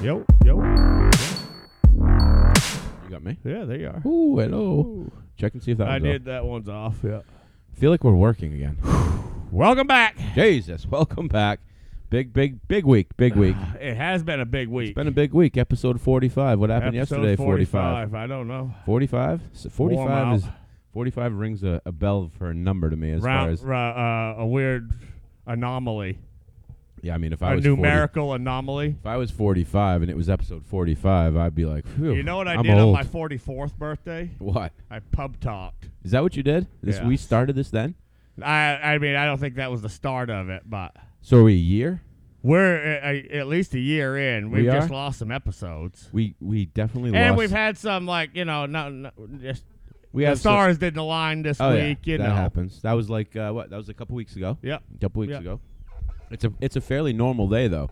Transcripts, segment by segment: Yo, yo. You got me. Yeah, there you are. Ooh, hello. Check and see if that. I one's did that one's off. Yeah. Up. Feel like we're working again. Welcome back. Jesus, welcome back. Big, big, big week. Big week. It has been a big week. It's been a big week. Episode forty-five. What happened Episode yesterday? 45. I don't know. Forty-five. So Warm Forty-five out. is. Forty-five rings a, a bell for a number to me as far Round, as. ra- uh, a weird anomaly, Yeah, I mean, if I a was 40 numerical anomaly. if I was forty-five and it was episode forty-five, I'd be like, Phew, You know what I I'm did on old. my 44th birthday? What I pub talked. is that? What you did? This Yeah. we started this then. I I mean I don't think that was the start of it, but So are we a year? we're a, a- at least a year in. We've We just are? lost some episodes, We we definitely and lost. we've had some like you know not, not just we the have some- stars didn't align this Oh, yeah, week. You that know, happens. That was like uh, what? That was a couple weeks ago. yep. A couple weeks Yeah. ago. It's a it's a fairly normal day though.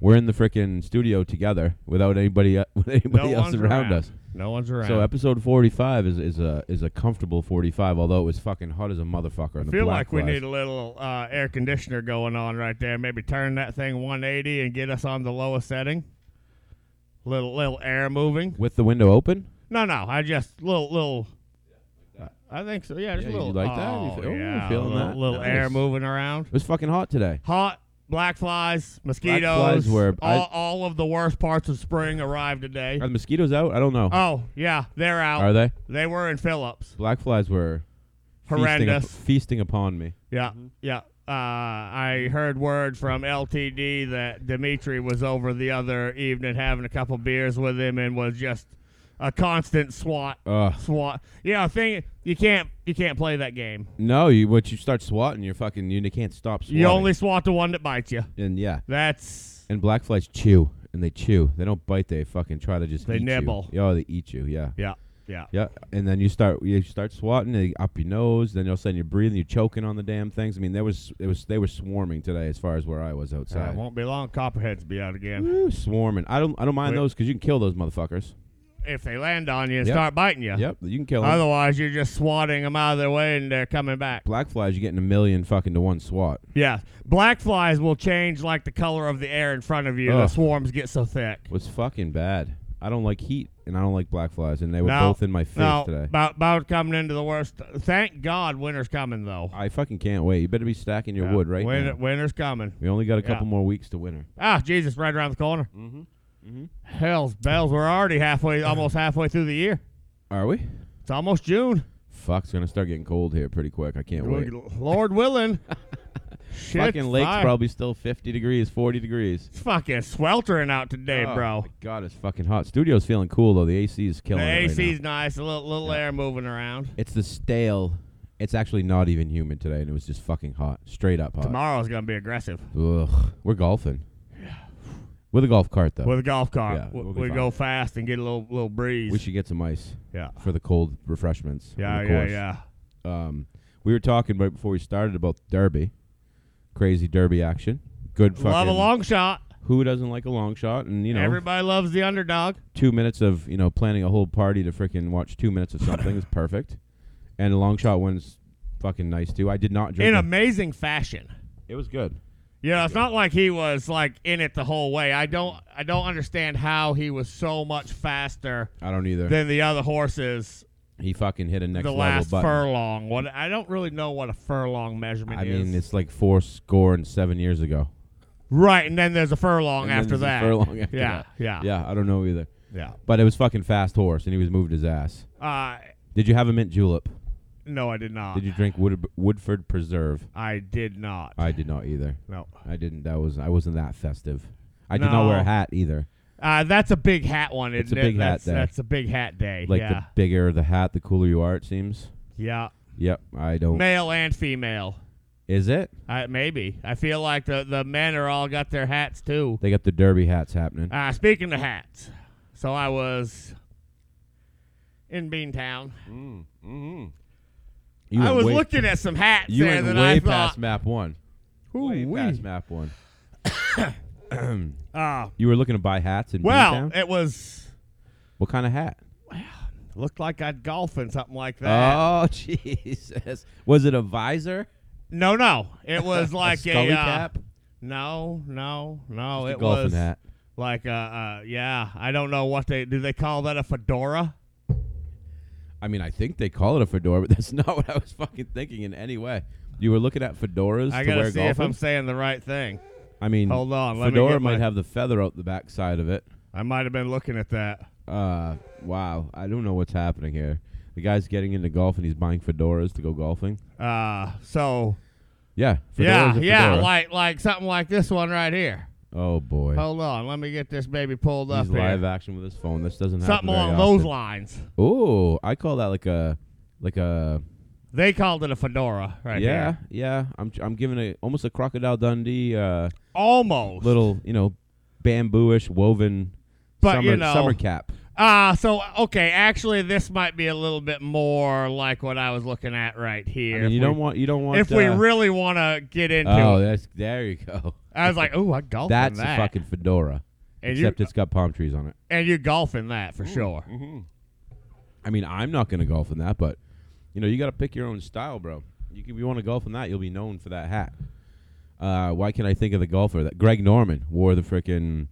We're in the freaking studio together without anybody uh, with anybody else around, us. No one's around. So episode forty five is, is a is a comfortable forty five. Although it was fucking hot as a motherfucker. in I the feel black like we flies. need a little uh, air conditioner going on right there. Maybe turn that thing 180 and get us on the lowest setting. Little little air moving. with the window open. No, no, I just little little. I think so. Yeah, just a Yeah, you little. like that? You oh, feel- oh, yeah, feeling little, that? little air Nice. moving around. It was fucking hot today. Hot black flies, mosquitoes. were- I- all, all of the worst parts of spring arrived today. Are the mosquitoes out? I don't know. Oh yeah, they're out. Are they? They were in Phillips. Black flies were feasting up- Horrendous. feasting upon me. Yeah, yeah. Uh, I heard word from LTD that Dimitri was over the other evening having a couple beers with him and was just a constant swat, Ugh. swat. Yeah, thing you can't you can't play that game. No, you once you start swatting, you're fucking you can't stop swatting. You only swat the one that bites you. and yeah, That's and black flies chew and they chew. They don't bite. They fucking try to just They eat you. nibble. Yeah, they eat you. Yeah. yeah, yeah. Yeah, and then you start you start swatting they up your nose. Then all of a sudden you're breathing, you're choking on the damn things. I mean, there was it was they were swarming today as far as where I was Uh, outside. won't be long. Copperheads be out again. Woo, swarming. I don't I don't mind Wait. those because you can kill those motherfuckers. If they land on you and Yep. start biting you, Yep, you can kill them. otherwise you're just swatting them out of their way and they're coming back. Black flies, you're getting a million fucking to one swat. Yeah, black flies will change like the color of the air in front of you. The Ugh. swarms get so thick. It was fucking bad. I don't like heat and I don't like black flies, and they were No, both in my face no, today. about about coming into the worst. Thank God, winter's coming though. I fucking can't wait. You better be stacking your Yeah, wood right Winter, now. Winter's coming. We only got a couple Yeah. more weeks to winter. Ah, Jesus, right around the corner. Mm-hmm. Mm-hmm. Hell's bells, we're already halfway, almost halfway through the year. Are we? It's almost June. Fuck, it's gonna start getting cold here pretty quick. I can't wait. Lord willing. Shit, Fucking lake's fire. probably still 50 degrees, 40 degrees. It's fucking sweltering out today, Oh, bro. my God, it's fucking hot. Studio's feeling cool though. The AC is The killing it right now. AC's nice, a little little air moving around. It's the stale. It's actually not even humid today, and it was just fucking hot, straight up hot. Tomorrow's gonna be aggressive. Ugh, we're golfing. With a golf cart though. With a golf cart, Yeah, we we'll be we fine. go fast and get a little little breeze. we should get some ice yeah, for the cold refreshments. on yeah, the yeah, course. yeah. Um, we were talking right before we started about Derby, crazy Derby action. Good fucking. Love a long shot. Who doesn't like a long shot? And you know, Everybody loves the underdog. two minutes of you know planning a whole party to freaking watch two minutes of something is perfect, and a long shot one's fucking nice too. I did not drink. in it. amazing fashion. it was good. You know, it's not like he was like in it the whole way. I don't I don't understand how he was so much faster I don't either. than the other horses he fucking hit a next the level last button. furlong. What I don't really know what a furlong measurement I is. mean, it's like four score and seven years ago. right, and then there's a furlong And then after there's a that. furlong after yeah, that. yeah, Yeah, I don't know either. yeah, But it was fucking fast horse, and he was moved his ass. Uh, Did you have a mint julep? no, I did not. Did you drink Wood- Woodford Preserve? I did not. I did not either. no. I didn't. That was I wasn't that festive. I did not No. wear a hat either. Uh, that's a big hat one, isn't It's a it? big hat that's, day. that's a big hat day. Like yeah, the bigger the hat, the cooler you are. It seems. yeah. Yep. I don't. Male and female. Is it? I, maybe. I feel like the, the men are all got their hats too. They got the derby hats happening. Uh, speaking of hats, so I was in Beantown. You I went was way- looking at some hats You there went that way I past thought. map one. way Ooh-wee. past map one. Uh, You were looking to buy hats in well, eh, Beantown? it was What kind of hat? looked like I'd golf and something like that. Oh Jesus! Was it a visor? no, no, it was like a scully uh, cap. No, no, no. Just it a golfing was hat. Like, uh, uh, yeah, I don't know what they do. They call that a fedora? I mean, I think they call it a fedora, but that's not what I was fucking thinking in any way. You were looking at fedoras I to gotta wear see if I'm golfing? saying the right thing. I mean, Hold on, let me fedora get my- might have the feather out the back side of it. I might have been looking at that. Uh, wow, I don't know what's happening here. The guy's getting into golf and he's buying fedoras to go golfing. Uh, so Yeah, fedoras yeah, are yeah, fedora. like like something like this one right here. oh boy, Hold on, let me get this baby pulled he's up here. live action with his phone. This doesn't happen something very along often. those lines. Oh, I call that like a, like a They called it a fedora, right? yeah, here. yeah. I'm I'm giving a almost a crocodile Dundee uh, almost little you know bambooish woven But, summer, you know- summer cap. Uh, so okay, actually, this might be a little bit more like what I was looking at right here. I mean, If you we- don't want you don't want if we uh, really want to get into oh it, that's there you go. I was like, "Ooh, I golfing That's that." a fucking fedora, and you except it's got palm trees on it. and you golfing that Mm-hmm. for sure. I mean, I'm not going to golf in that, but you know, you got to pick your own style, bro. You can, you want to golf in that, you'll be known for that hat. Uh, why can I think of the golfer that Greg Norman wore the frickin'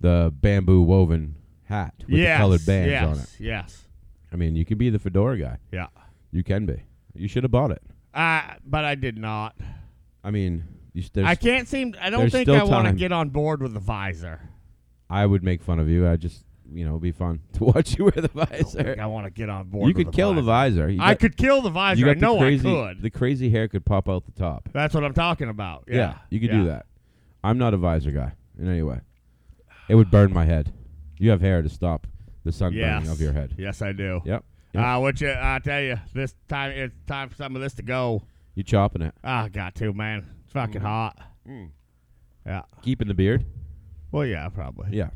the bamboo woven hat with yes, the colored bands yes, on it? Yes. I mean, you could be the fedora guy. Yeah. You can be. You should have bought it. I but I did not. I mean, you, s- there's, I can't seem. I don't there's think still I want to time. get on board with the visor. I would make fun of you. I just, you know, it'd be fun to watch you wear the I don't think visor. I want to get on board. Eh, You with could kill the visor. visor. You I got- could kill the you visor. I got know the crazy, I could. The crazy hair could pop out the top. That's what I'm talking about. Yeah, you could Yeah. do that. I'm not a visor guy in any way. It would burn my head. You have hair to stop the sun Yes. burning of your head. Yes, I do. Yep. yep. Uh, which uh, I tell you, this time it's time for some of this to go. you chopping it. Ah, got to man. It's Mm-hmm. fucking hot. Mm. Yeah. Keeping the beard? Well, yeah, probably. Yeah.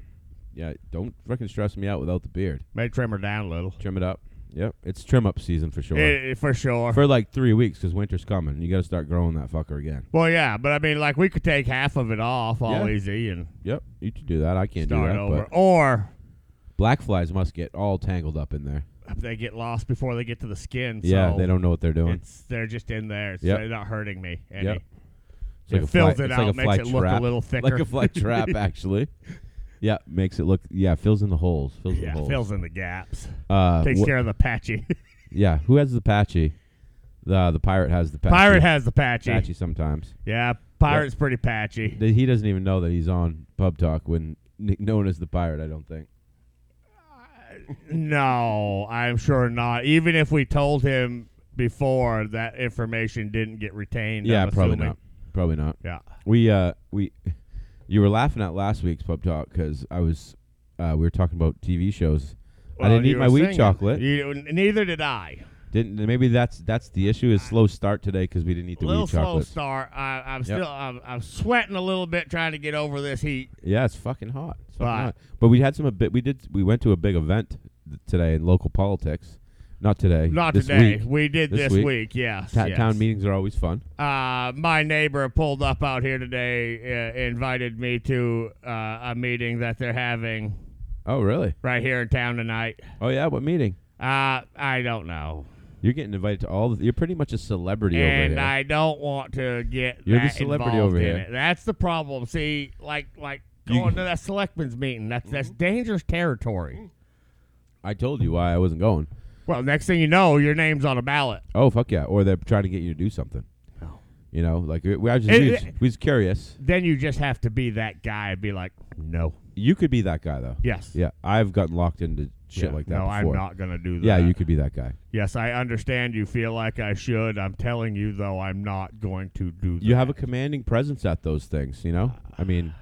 Yeah. Don't freaking stress me out without the beard. May trim her down a little. Trim it up. Yep. It's trim up season for sure. Eh, eh, for sure. for like three weeks because winter's coming. You got to start growing that fucker again. well, yeah, but I mean, like we could take half of it off, all Yeah. easy, and Yep. You could do that. I can't start do that. over. But Or black flies must get all tangled up in there. they get lost before they get to the skin. yeah. so They don't know what they're doing. It's they're just in there. It's, Yep. They're not hurting me. Any. Yep. It's It fills fly- it it's like out, a makes fly it look a trap. little Like thicker. a fly trap, actually. Yeah, makes it look. Yeah, fills in the holes. Fills Yeah, in the holes. fills in the gaps. uh, Takes wh- care of the patchy. Yeah, who has the patchy? The the pirate has the patchy. Pirate has the patchy. patchy sometimes. Yeah, pirate's pretty patchy. Th- He doesn't even know that he's on pub talk when n- known as the pirate. I don't think. No, I'm sure not. Even if we told him before, that information didn't get retained. yeah, I'm probably assuming. not. Probably not. Yeah. We uh we, you were laughing at last week's pub talk because I was, uh, we were talking about TV shows. I Well, didn't you eat my were wheat singing. chocolate. You- neither did I. Didn't maybe that's that's the issue is slow start today because we didn't eat the little wheat slow chocolates. start. I, I'm still. I'm, I'm sweating a little bit trying to get over this heat. Yeah, it's fucking hot. It's fucking Right. hot. But we had some a bit. We did. We went to a big event th- today in local politics. Not today. Not this today. Week. We did This this, week. Yes. Ta- yes. Town meetings are always fun. uh, my neighbor pulled up out here today, uh, invited me to uh, a meeting that they're having Oh really? right here in town tonight. Oh yeah. What meeting? Uh, I don't know. You're getting invited to all. The, you're pretty much a celebrity and over here. I don't want to get You're the that celebrity involved over in here. it. That's the problem. See, like like You- going to that selectmen's meeting, that's that's dangerous territory. I told you why I wasn't going. Well, next thing you know, your name's on a ballot. Oh fuck yeah! Or they're trying to get you to do something. No. You know, like we, we- I just It- we, it- was- we was curious. Then you just have to be that guy and be like, no, You could be that guy though. yes, Yeah, I've gotten locked into shit Yeah. like that No, I'm before. not gonna do that. Yeah, you could be that guy. Yes, I understand. You feel like I should. I'm telling you though, I'm not going to do that. you have a commanding presence at those things, you know? I mean,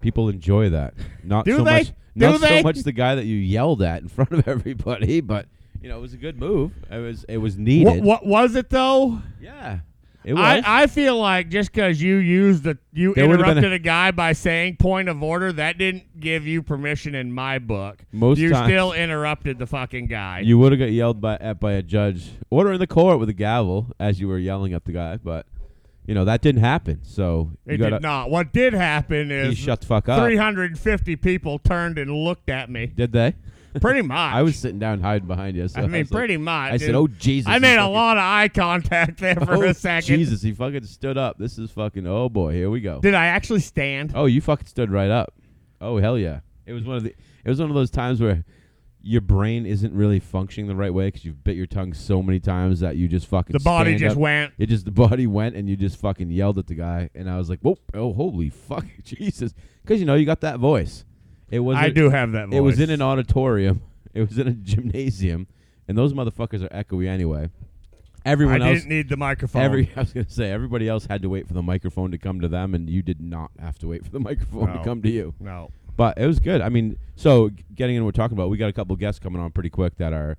people enjoy that. Not Do so they? much Do not they? so much the guy that you yelled at in front of everybody, but you know, it was a good move. It was it was needed. what, what was it though? Yeah. It was. I, I feel like just because you used the you There would've been interrupted a, guy by saying point of order, that didn't give you permission in my book. Most you times- still interrupted the fucking guy. you would have got yelled by at by a judge ordering the court with a gavel as you were yelling at the guy, but you know, that didn't happen. So you it gotta, did not. What did happen he is shut the fuck up. 350 people turned and looked at me. Did they? Pretty much. I was sitting down hiding behind you. So I mean, was like- pretty much. I said, dude. "Oh Jesus!" I he made a fucking- lot of eye contact there for Oh, a second. Jesus, he fucking stood up. This is fucking. Oh boy, here we go. Did I actually stand? Oh, you fucking stood right up. Oh hell yeah! It was one of the. It was one of those times where your brain isn't really functioning the right way because you've bit your tongue so many times that you just fucking. The body stand just up. went. It just the body went and you just fucking yelled at the guy and I was like, whoop! Oh holy fuck, Jesus! Because you know you got that voice. It was. I do have that voice. It was in an auditorium. It was in a gymnasium, and those motherfuckers are echoey anyway. I Everyone else. didn't need the microphone. Every I was gonna say everybody else had to wait for the microphone to come to them, and you did not have to wait for the microphone No. to come to you. no. But it was good. I mean, so g- getting into what we're talking about, we got a couple guests coming on pretty quick that are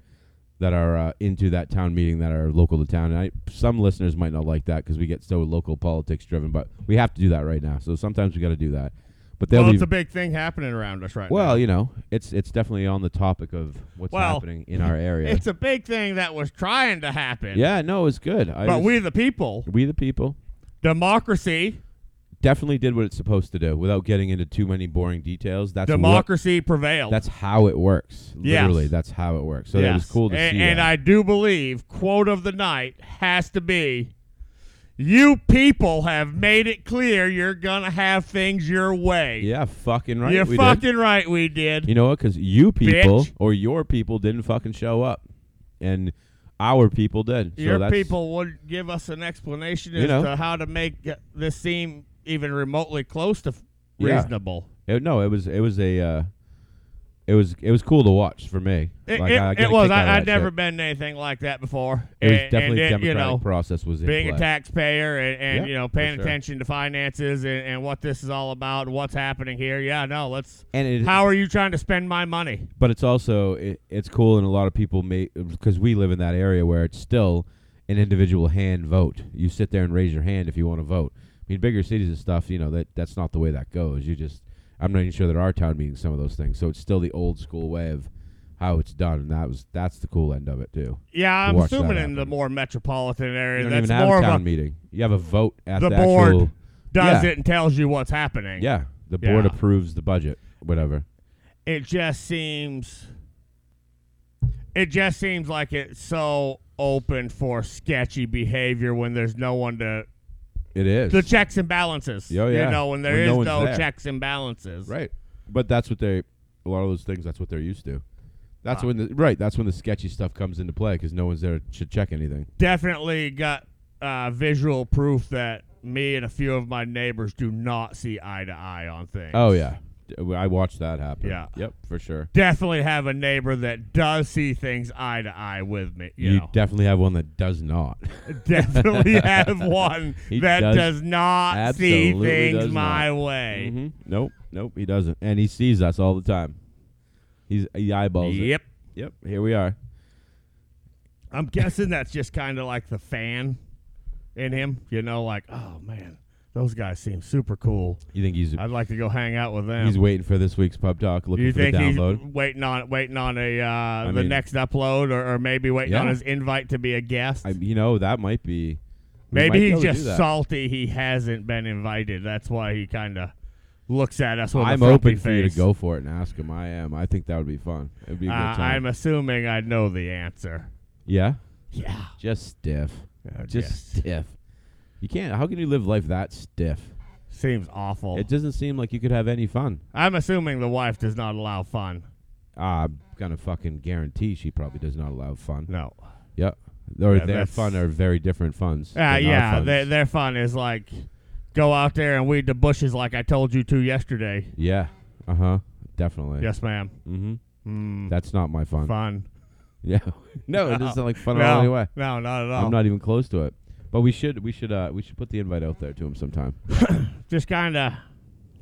that are uh, into that town meeting that are local to town. And I, some listeners might not like that because we get so local politics driven, but we have to do that right now. So sometimes we got to do that. But they'll Well, be it's a big thing happening around us right now. well, you know, it's it's definitely on the topic of what's Well, happening in our area. It's a big thing that was trying to happen. yeah, no, it's good. I But was- we, the people, we the people democracy, definitely did what it's supposed to do without getting into too many boring details. That's what- democracy prevailed. that's how it works. Yes. Literally, that's how it works. So it was Yes. cool to and, see. And that. I do believe quote of the night has to be you people have made it clear you're gonna have things your way. yeah, fucking right. you're we fucking did. right we did. You know what? Because you people Bitch. or your people didn't fucking show up, and our people did. So your that's, people would give us an explanation as You know. to how to make uh, this seem even remotely close to f- Yeah. reasonable. It, no, it was it was a. Uh, it was it was cool to watch for me. It, Like, it- I it got a was. kick out of I, I'd that never shit. been to anything like that before. It was And- definitely and it, democratic you know, process was in being play. a taxpayer and, and Yeah, you know for paying sure. attention to finances and, and what this is all about and what's happening here yeah no let's and it, how are you trying to spend my money but it's also it, it's cool and a lot of people may because we live in that area where it's still an individual hand vote you sit there and raise your hand if you want to vote i mean bigger cities and stuff you know that that's not the way that goes you just i'm not even sure that our town meetings some of those things so it's still the old school way of how it's done and that was that's the cool end of it too yeah i'm Watch that assuming in the happen. more metropolitan you area don't that's even have more a of town a meeting you have a vote at the the, board actual does Yeah. it and tells you what's happening yeah the board Yeah. approves the budget whatever it just seems it just seems like it's so open for sketchy behavior when there's no one to it is the checks and balances Oh, yeah. you know when there When is no one's no, there. checks and balances Right. But that's what they a lot of those things that's what they're used to. That's Ah. when the right, that's when the sketchy stuff comes into play cuz no one's there to check anything. definitely got uh, visual proof that me and a few of my neighbors do not see eye to eye on things. Oh yeah. D- I watched that happen. Yeah. Yep, for sure. Definitely have a neighbor that does see things eye to eye with me. You, You know. definitely have one that does not. definitely have one He that does, does- not see absolutely things does my way. Mhm. Nope. Nope, he doesn't. And he sees us all the time. He's he eyeballs Yep. it. Yep. Here we are. I'm guessing that's just kind of like the fan in him, you know, like, oh man, those guys seem super cool. You think he's I'd like to go hang out with them. he's waiting for this week's pub talk looking you for think the download? he's waiting on waiting on a uh, the mean- next upload, or, or maybe waiting on Yeah. his invite to be a guest? I, you know, that might be we might be maybe he's able to do just that. salty he hasn't been invited. That's why he kind of looks at us with a I'm frumpy open for you face. to go for it and ask him. I am. I think that would be fun. It'd be a Uh, good time. I'm assuming I know the answer. yeah, Yeah, just stiff. Uh, Just yes. stiff. You can't. How can you live life that stiff? seems awful. It doesn't seem like you could have any fun. I'm assuming the wife does not allow fun. Ah, I'm gonna fucking guarantee she probably does not allow fun. No. Yep. Or Yeah, their that's- fun are very different funs. than Uh, our yeah, funs. their, their fun is like go out there and weed the bushes like I told you to yesterday. yeah. Uh huh. Definitely. Yes, ma'am. Mm-hmm. Mm, That's not my fun. fun. Yeah. no, No. it doesn't like fun no, at all anyway. no, not at all. I'm not even close to it. But we should. We should. Uh, we should put the invite out there to him sometime. just kind of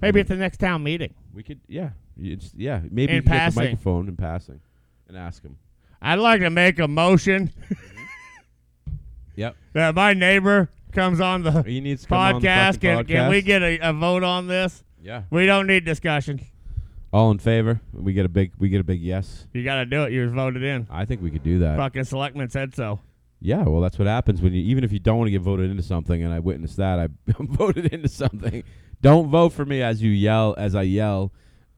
maybe at the next town meeting. We could, yeah, You- it's, yeah. Maybe In you could get the passing. microphone in passing, and ask him. I'd like to make a motion Yep, that my neighbor comes on the he needs to come on the podcast. fucking Can, can we podcast. get a, a vote on this? Yeah, We don't need discussion. all in favor? We get a big, we get a big yes. You got to do it. You was voted in. I think we could do that. Fucking selectman said so. Yeah, well, that's what happens when you, even if you don't want to get voted into something, and I witnessed that, I, I'm voted into something. Don't vote for me as you yell, as I yell,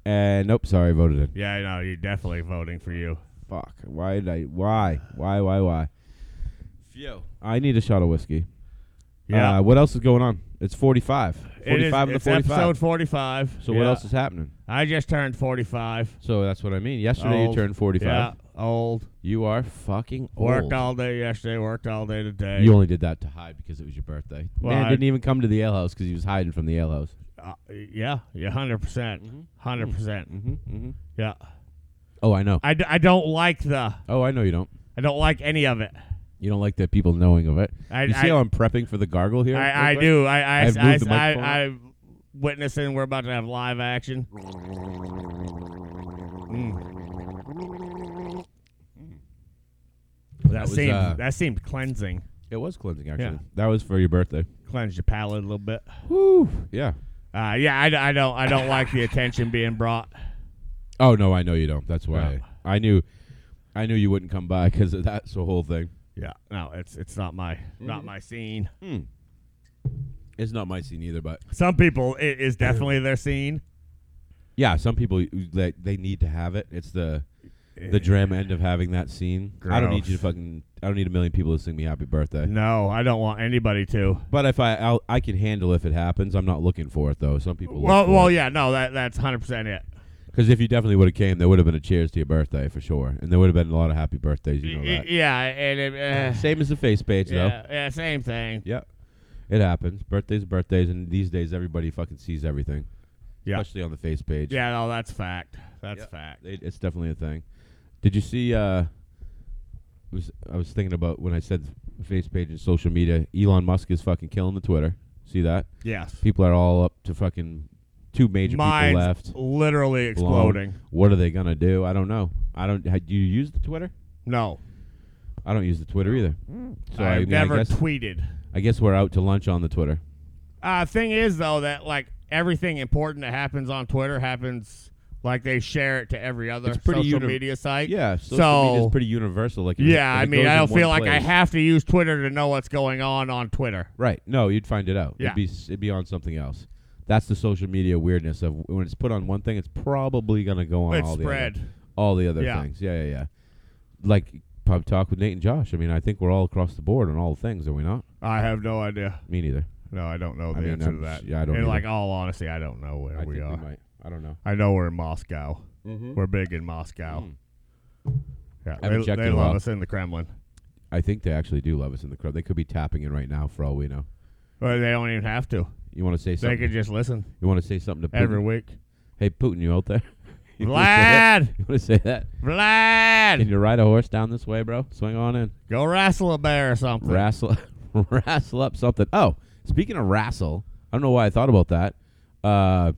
and nope, sorry, I voted in. Yeah, no, you're definitely voting for you. Fuck. Why did I? Why? Why? Why? Why? Phew. I need a shot of whiskey. Yeah. Uh, what else is going on? It's 45. 45 It is- of the it's 45. episode 45. so what Yeah. else is happening? I just turned 45. So that's what I mean. Yesterday you Old. turned 45. Oh, Yeah, old. You are fucking Worked old. all day yesterday, worked all day today. You only did that to hide because it was your birthday. Well, Man I- didn't even come to the alehouse because he was hiding from the alehouse. Uh, yeah, yeah, 100%. percent 100%. Mm-hmm, mm-hmm. Yeah. Oh, I know. I, d- I don't like the, oh, I know you don't. I don't like any of it. You don't like the people knowing of it. I, you see I, how I'm prepping for the gargle here? I, I real quick? do. I I, I've I, moved the I, microphone. I, am witnessing. We're about to have live action. Mm. That, was, seemed uh, that seemed cleansing. It was cleansing, actually. Yeah. That was for your birthday. Cleansed your palate a little bit. Woo. Yeah. Uh, yeah, I, d- I don't I don't like the attention being brought. Oh, no, I know you don't. That's why Yeah. I, I knew I knew you wouldn't come by because of that's the whole thing. Yeah, no, it's it's not my not my scene. It's not my scene either, but Some people it is definitely their scene. yeah, some people they, they need to have it. It's the Eh. the drama end of having that scene. I don't need you to fucking. I don't need a million people to sing me happy birthday. No, I don't want anybody to. But if I I'll, I can handle if it happens. I'm not looking for it though. Some people. Well, well, yeah, no, that that's hundred percent it. Because if you definitely would have came, there would have been a cheers to your birthday for sure, and there would have been a lot of happy birthdays. You know Y- that. Yeah, and it, uh, Same as the face page though. e, yeah, yeah, same thing. Yeah. It happens. Birthdays, are birthdays, and these days everybody fucking sees everything. Yeah. Especially on the face page. Yeah, no, that's fact. That's Yeah. fact. It, it's definitely a thing. Did you see? Uh, was I was thinking about when I said face page and social media. Elon Musk is fucking killing the Twitter. See that? Yes. People are all up to fucking two major Mine's people left. literally exploding. Blown. What are they gonna do? I don't know. I don't. ha- Do you use the Twitter? No, I don't use the Twitter either. So I, I've mean, Mm. never I guess tweeted. I guess we're out to lunch on the Twitter. Uh, thing is, though, that like everything important that happens on Twitter happens like they share it to every other It's pretty social uni- media site. Yeah, social media So- is pretty universal. Like, it- Yeah, it I mean, goes I in don't one feel like I place. have to use Twitter to know what's going on on Twitter. Right. No, you'd find it out. Yeah. It'd be s- it'd be on something else. That's the social media weirdness of when it's put on one thing, it's probably gonna go on It's all the spread. other, all the other Yeah. things. Yeah, yeah, yeah. Like pub talk with Nate and Josh. I mean, I think we're all across the board on all the things, are we not? I have no idea. Me neither. No, I don't know the mean, answer I'm to that. s- yeah, I don't In either. like all honesty, I don't know where I we think are. we might. I don't know. I know we're in Moscow. Mm-hmm. We're big in Moscow. Mm. Yeah, Haven't they, checked they in a love while. us in the Kremlin. I think they actually do love us in the crowd. They could be tapping in right now, for all we know. Well, they don't even have to. You want to say They something? could just listen you want to say something to Putin? every week. Hey, Putin, you out there? You wanna say that? Vlad, You want to say that? Can Vlad, you ride a horse down this way, bro? Swing on in. go wrestle a bear or something. Rassle, rassle up something. Oh, speaking of rassle, I don't know why I thought about that. Uh,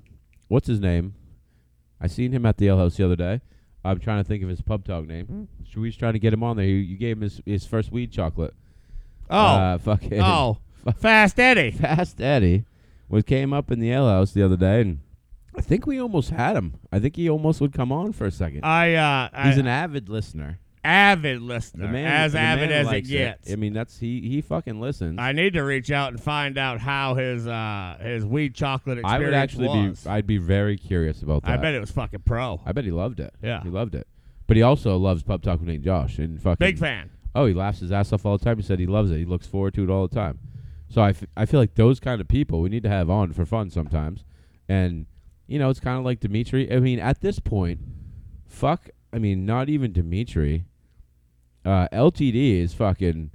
what's his name? I seen him at the ale house the other day. I'm trying to think of his pub dog name. So we was trying to get him on there. You, you gave him his, his first weed chocolate. oh, uh, fucking oh, Fast Eddie. Fast Eddie was came up in the ale house the other day, and I think we almost had him. I think he almost would come on for a second. I uh, I, He's an avid listener. avid listener, The man, as the avid man as it likes gets. I mean, that's he. He fucking listens. I need to reach out and find out how his uh his weed chocolate I experience would actually was. be. I'd be very curious about that. I bet it was fucking pro. I bet he loved it. Yeah. he loved it. But he also loves pub talk with Nate and Josh and fucking Big fan. Oh, he laughs his ass off all the time. He said he loves it. He looks forward to it all the time. So I, f- I feel like those kind of people we need to have on for fun sometimes, and you know it's kind of like Dimitri. I mean, at this point, fuck. I mean, not even Dimitri. Uh, LTD is fucking,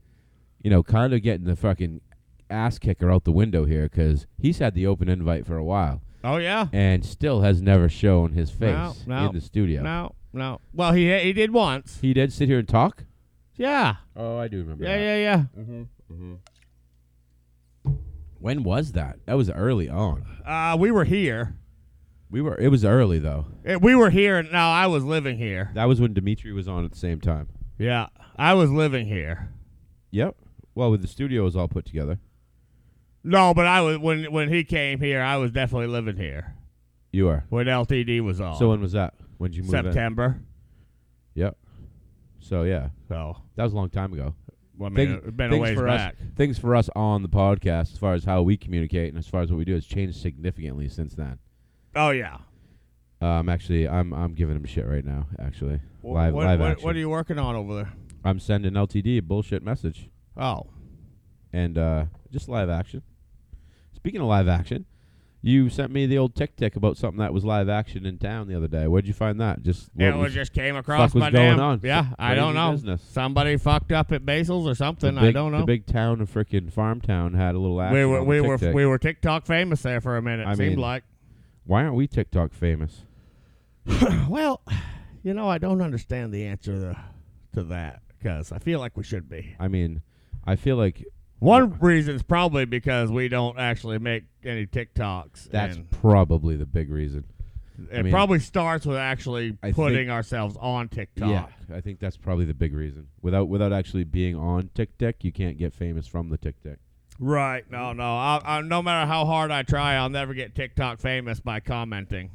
you know, kind of getting the fucking ass kicker out the window here because he's had the open invite for a while Oh yeah. and still has never shown his face No, no, in the studio. No, no. Well, he he did once. He did sit here and talk. Yeah. Oh, I do remember. Yeah, yeah, yeah. When was that? That was early on. Uh, we were here. We were. It was early though. Eh, We were here, and now I was living here. That was when Dimitri was on at the same time. Yeah, I was living here. Yep. Well, with the studio was all put together. No, but I was when when he came here, I was definitely living here You are. when LTD was on. So when was that? When did you move in? September. Yep. So yeah, So that was a long time ago. well, I mean, Thing- it's been a things ways for back. us, things for us on the podcast, as far as how we communicate and as far as what we do, has changed significantly since then. Oh yeah. Um, actually, I'm I'm giving him shit right now. Actually, Wh- live what, live what, action. what are you working on over there? I'm sending LTD a bullshit message Oh, and uh, just live action. Speaking of live action, you sent me the old tick tick about something that was live action in town the other day. Where'd you find that? Just It what was was- just came across fuck was my going damn. on? Yeah, Some I don't crazy know. business. Somebody fucked up at Basil's or something. the I big- don't know. The big town of freaking farm town had a little action. we were on we the were tick-tick. we were TikTok famous there for a minute. I seemed mean- like. Why aren't we TikTok famous? Well, you know, I don't understand the answer to, to that because I feel like we should be. I mean, I feel like One reason's probably because we don't actually make any TikToks. that's and probably the big reason. it I mean- probably starts with actually I putting think- ourselves on TikTok. Yeah, I think that's probably the big reason. Without without actually being on TikTok, you can't get famous from the TikTok. Right. No, no. I, I, no matter how hard I try, I'll never get TikTok famous by commenting.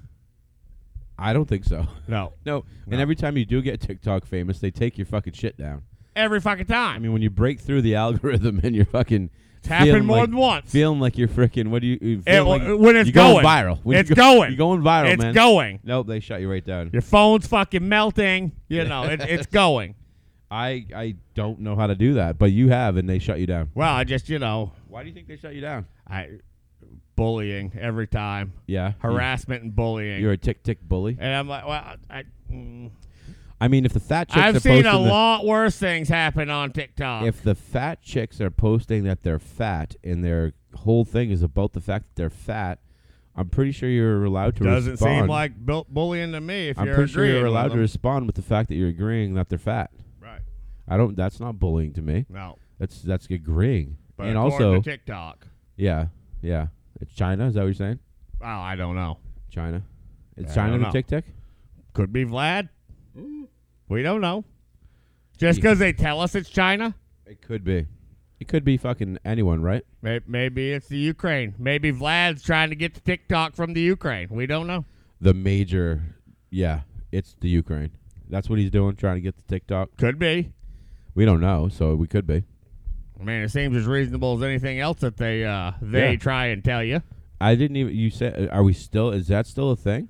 I don't think so. No. No, No. and every time you do get TikTok famous, they take your fucking shit down. Every fucking I time. mean, when you break through the algorithm and you're fucking it's happened feeling more like- than once. feeling like you're freaking what do you you It- feel like when it's you're going, going. viral. When It's you going. You're going viral, it's man. going. nope, they shut you right down. Your phone's fucking melting. You know, it, it's going. I I don't know how to do that, but you have, and they shut you down. Well, I just, you know, Why do you think they shut you down? I bullying every time. Yeah, you- Harassment and bullying. You're a tick tick bully. and I'm like, well, I, mm. I mean, if the fat chicks are I've seen posting a the- lot worse things happen on TikTok. if the fat chicks are posting that they're fat and their whole thing is about the fact that they're fat, I'm pretty sure you're allowed to Doesn't respond. seem like bu- bullying to me. If I'm you're pretty sure agreeing you're with allowed to them. respond with the fact that you're agreeing that they're fat. right? I don't. That's not bullying to me. No, That's that's agreeing. but and according to also, TikTok. yeah, yeah. It's China. Is that what you're saying? Oh, I don't know. China. It's I China don't the know. tic tac. Could be Vlad. We don't know. Just Yeah. because they tell us it's China, It could be. It could be fucking anyone, right? may- maybe it's the Ukraine. Maybe Vlad's trying to get the TikTok from the Ukraine. We don't know. The major, yeah, it's the Ukraine. That's what he's doing, trying to get the TikTok. Could be. We don't know, so we could be. I mean, it seems as reasonable as anything else that they uh, they Yeah. try and tell you. I didn't even. You said, uh, are we still? Is that still a thing?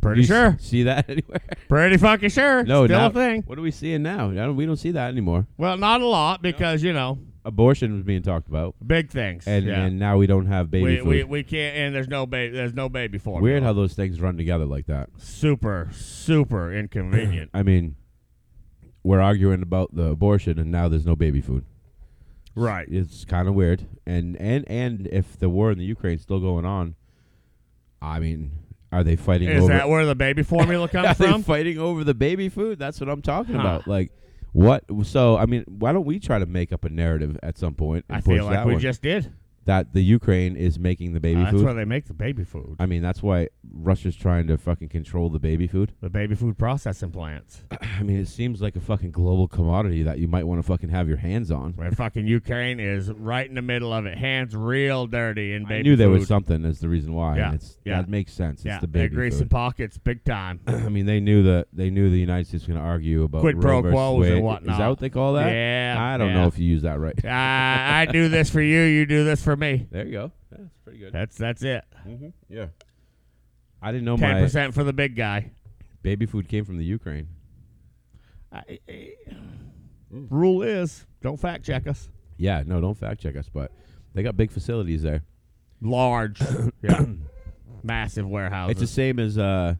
Pretty You s- sure. see that anywhere? Pretty fucking sure. No, still now- a thing. What are we seeing now? I don't, we don't see that anymore. Well, not a lot because you know Abortion was being talked about, big things. and yeah. and now we don't have baby we, food. we we can't and there's no baby there's no baby formula. Weird how those things run together like that. super super inconvenient. I mean, we're arguing about the abortion, and now there's no baby food. right. It's kind of weird. And and and if the war in the Ukraine is still going on, I mean, are they fighting? Is over, that where the baby formula are comes they from? fighting over the baby food? That's what I'm talking Huh. about. Like, what? So I mean, why don't we try to make up a narrative at some point? And I push feel like that we one? just did. that the Ukraine is making the baby Uh, that's food. where they make the baby food. I mean, that's why Russia's trying to fucking control the baby food. The baby food processing plants. I mean, it seems like a fucking global commodity that you might want to fucking have your hands on. Where fucking Ukraine is right in the middle of it, hands real dirty in baby I knew food. there was something as the reason why. Yeah, and it's, yeah. That makes sense. It's yeah, the they're baby greasing food. pockets big time. I mean, they knew that they knew the United States was going to argue about Quid pro Roe versus quos and Wade. Is whatnot. that what they call that? Yeah, I don't yeah. know if you use that right. uh, I do this for you, you do this for me. There you go. That's pretty good. That's that's it. hmm Yeah. I didn't know Ten Oh my percent for the big guy. baby food came from the Ukraine. I, I- mm. rule is don't fact check us. Yeah. No, don't fact check us, but they got big facilities there. Large, yeah. massive warehouses. It's the same as uh,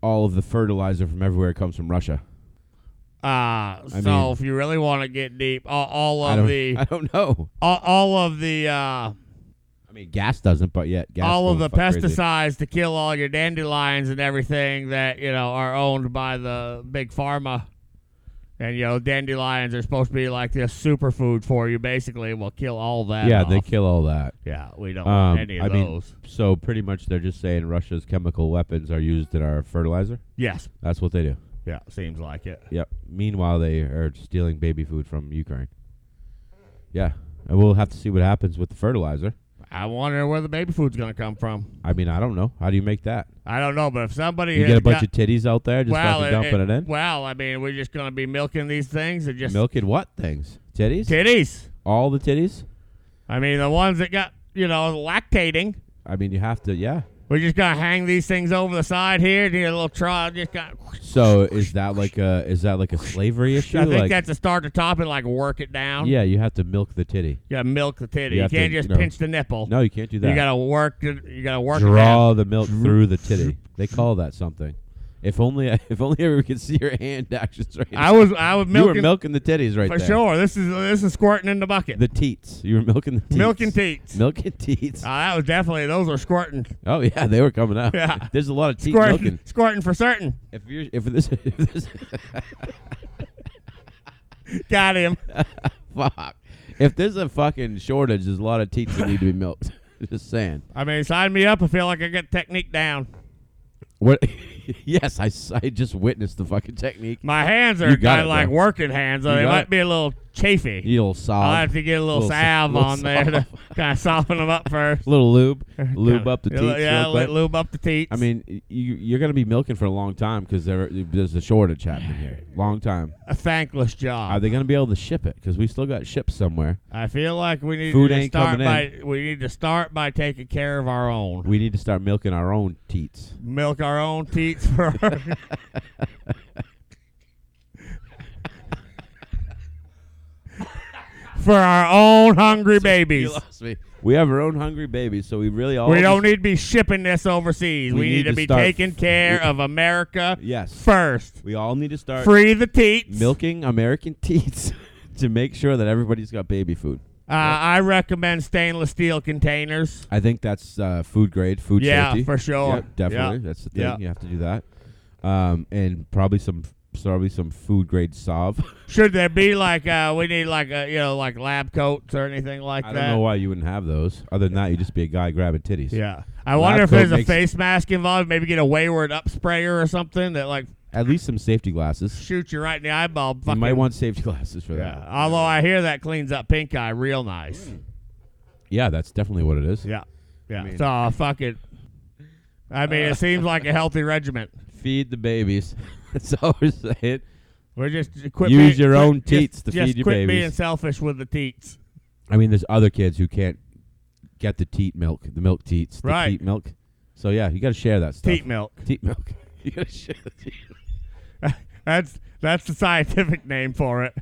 all of the fertilizer from everywhere comes from Russia. Uh, so I mean- if you really want to get deep, all, all I of don't, the I don't know. all, all of the uh, I mean, gas doesn't, but yet gas all of goes the fuck crazy. pesticides to kill all your dandelions and everything that you know are owned by the big pharma. And you know, dandelions are supposed to be like this superfood for you. Basically, will kill all that. Yeah, they off. kill all that. Yeah, we don't Um, want any of I mean- those. So pretty much, they're just saying Russia's chemical weapons are used in our fertilizer. Yes. That's what they do. Yeah, seems like it. Yep. Meanwhile, they are stealing baby food from Ukraine. Yeah, and we'll have to see what happens with the fertilizer. I wonder where the baby food's gonna come from. I mean, I don't know. How do you make that? I don't know, but if somebody You has get a bunch got- of titties out there just well, fucking it- dumping it, it- in. Well, I mean, we're just gonna be milking these things and just Milking what things? Titties? titties. all the titties? I mean, the ones that got you know lactating. I mean, you have to. Yeah, We're just gonna hang these things over the side here. Do a little trial. Just got. So is that like a is that like a slavery issue? I think um, like, that's a start to top and like work it down. yeah, you have to milk the titty. You gotta milk the titty. You You, have to, can't just you know, pinch the nipple. No, you can't do that. you gotta work. The, you gotta work. it down. draw the milk through the titty. They call that something. If only if only we could see your hand actions right. I now. was I was you milking were milking the titties right for there. sure. This is this is squirting in the bucket. The teats. You were milking the teats. Milking teats. Milking teats. Uh, that was definitely those were squirting, oh yeah, they were coming out. Yeah. There's a lot of teat milking. squirting, squirting for certain. If you're if this, if this Got him. fuck. If there's a fucking shortage, there's a lot of teats that need to be milked. Just saying. I mean, sign me up. I feel like I got technique down. What? yes, I, s- I just witnessed the fucking technique. My hands You are got kind it, of like bro. working hands, so You they got might it. be a little chafy. You'll solve. I'll have to get a little, Little sa- salve little on there to salve. kind of soften them up first. little lube, lube up the teats. Yeah, Yeah, real li- quick. lube up the teats. I mean, y- you, you're going to be milking for a long time because there, there's a shortage happening here. Long time. a thankless Are job. they going to be able to ship it? Because we still got ships somewhere. I feel like we need Food to ain't start coming by in. we need to start by taking care of our own. We need to start milking our own teats. Milk our own teats for. For our own hungry babies, We have our own hungry babies, so we really all. we don't just- need to be shipping this overseas. We We, need need, to to be start- taking care of America Yes. first. We all need to start Free the teats. milking American teats to make sure that everybody's got baby food. Uh, I recommend stainless steel containers. I think that's uh, food grade, food yeah, safety. for sure. Yep, definitely. Yeah. That's the thing. Yeah. You have to do that. Um, and probably some probably some food grade salve. Should there be like uh, we need like a you know like lab coats or anything like I that? don't know why you wouldn't have those. Other than that, you'd just be a guy grabbing titties. Yeah, I Lab wonder if coat there's a makes- face mask involved. Maybe get a wayward up sprayer or something that like At least some safety glasses. shoots you right in the eyeball. You Fucking, might want safety glasses for Yeah. that. Although I hear that cleans up pink eye real nice. Yeah, that's definitely what it is. Yeah, yeah. I mean- uh, so uh, fuck it. I mean, it seems like a healthy regiment. Feed the babies. that's all we're saying. We're just quit Use being- your quit- own just- teats to just feed your quit being babies. selfish with the teats. I mean, there's other kids who can't get the teat milk, the milk teats, the Right. teat milk. So yeah, you got to share that stuff. Teat milk. Teat milk. you got to share the teat. That's that's the scientific name for it.